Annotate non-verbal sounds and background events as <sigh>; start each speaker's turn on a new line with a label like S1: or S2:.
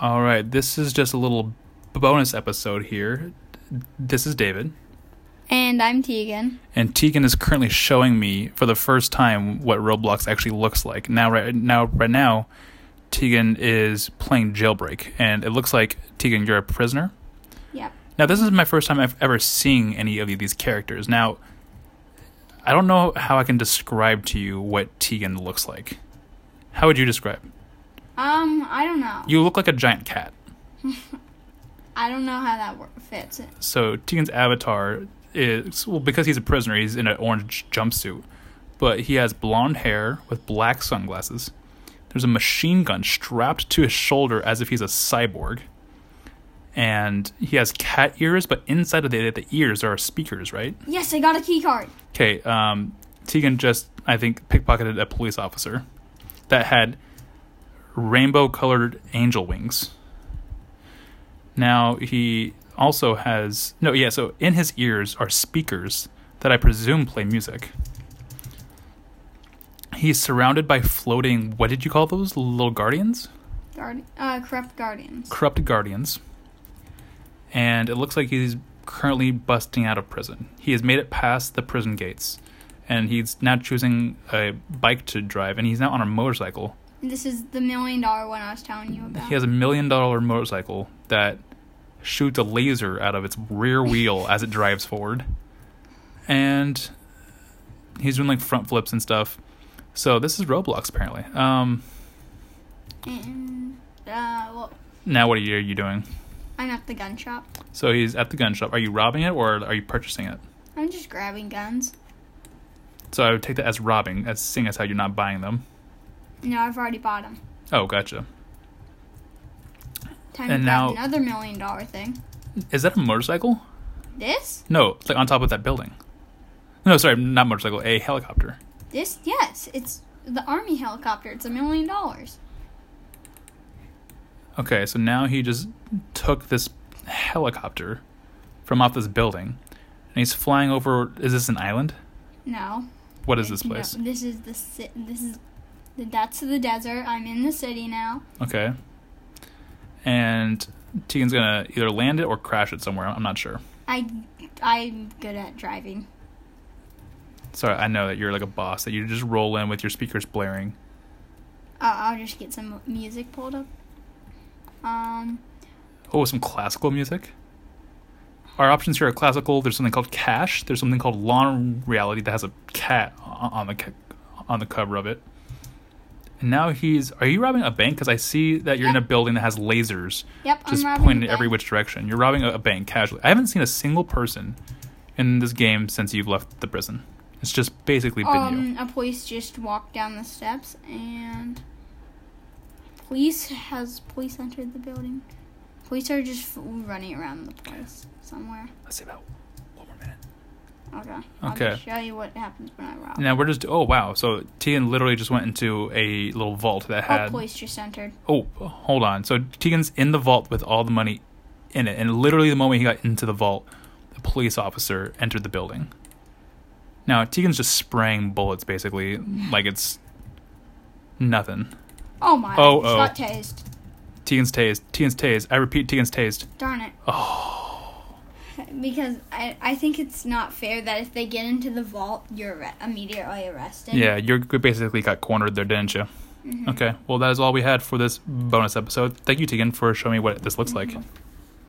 S1: All right, this is just a little bonus episode here. This is David,
S2: And I'm Tegan.
S1: and Tegan is currently showing me for the first time what Roblox actually looks like. Now, right now, right now, Tegan is playing Jailbreak, and it looks like Tegan, you're a prisoner.
S2: Yep.
S1: Now, this is my first time I've ever seen any of these characters. Now, I don't know how I can describe to you what Tegan looks like. How would you describe?
S2: Um, I don't know.
S1: You look like a giant cat.
S2: I don't know how that wor- fits.
S1: So Tegan's avatar is well because he's a prisoner, he's in an orange jumpsuit, but he has blonde hair with black sunglasses. There's a machine gun strapped to his shoulder as if he's a cyborg. And he has cat ears, but inside of the, the ears are speakers, right?
S2: Yes, I got a key card.
S1: Okay, um, Tegan just, I think, pickpocketed a police officer that had rainbow colored angel wings. Now, he also has, no, yeah, so in his ears are speakers that I presume play music. He's surrounded by floating, what did you call those? Little guardians?
S2: Guard- uh, corrupt guardians.
S1: Corrupt guardians. And it looks like he's currently busting out of prison. He has made it past the prison gates. And he's now choosing a bike to drive, and he's now on a motorcycle.
S2: This is the million dollar one I was telling you about.
S1: He has a million dollar motorcycle that shoots a laser out of its rear wheel as it drives forward. And he's doing like front flips and stuff. So this is Roblox apparently. Um
S2: and uh, well,
S1: now what are you, are you doing?
S2: I'm at the gun shop.
S1: So he's at the gun shop. Are you robbing it or are you purchasing it?
S2: I'm just grabbing guns.
S1: So I would take that as robbing, as seeing as how you're not buying them.
S2: No, I've already bought them.
S1: Oh, gotcha.
S2: Time
S1: And
S2: to grab
S1: now-
S2: another million dollar thing.
S1: Is that a motorcycle?
S2: This?
S1: No, it's like on top of that building. No, sorry, not motorcycle, a helicopter.
S2: This? Yes, it's the army helicopter. It's a million dollars.
S1: Okay, so now he just took this helicopter from off this building and he's flying over. Is this an island?
S2: No.
S1: What is this
S2: No,
S1: place?
S2: this is the ci- this is that's the desert. I'm in the city now.
S1: Okay. And Tegan's gonna either land it or crash it somewhere. I'm not sure.
S2: I I'm good at driving.
S1: Sorry, I know that you're like a boss, that you just roll in with your speakers blaring.
S2: Uh, I'll just get some music pulled up. Um,
S1: Oh, some classical music. Our options here are classical. There's something called Cash. There's something called Lawn Reality that has a cat o- on the ca- on the cover of it. And now he's. Are you robbing a bank? Because I see that
S2: <laughs>
S1: you're in a building that has lasers
S2: yep,
S1: just
S2: I'm robbing
S1: pointed
S2: a
S1: every
S2: bank.
S1: which direction. You're robbing a, a bank casually. I haven't seen a single person in this game since you've left the prison. It's just basically been you.
S2: Um, a police just walked down the steps and police has police entered the building. Police are just f- running around the place somewhere.
S1: Let's see about one more minute.
S2: Okay. I'll
S1: Okay.
S2: just show you what happens when I rob.
S1: Now we're just. Oh wow! So Tian literally just went into a little vault that
S2: Oh,
S1: had.
S2: police just entered.
S1: Oh, hold on. So Tegan's in the vault with all the money in it, and literally the moment he got into the vault, the police officer entered the building. Now Tegan's just spraying bullets, basically, like it's nothing.
S2: Oh my!
S1: Oh,
S2: it's
S1: oh.
S2: got tased.
S1: Tegan's tased. Tegan's tased. I repeat, Tegan's tased.
S2: Darn it.
S1: Oh,
S2: <laughs> Because I, I think it's not fair that if they get into the vault, you're arre- immediately arrested.
S1: yeah, you basically got cornered there, didn't you? Okay. Well, that is all we had for this bonus episode. Thank you, Tegan, for showing me what this looks like.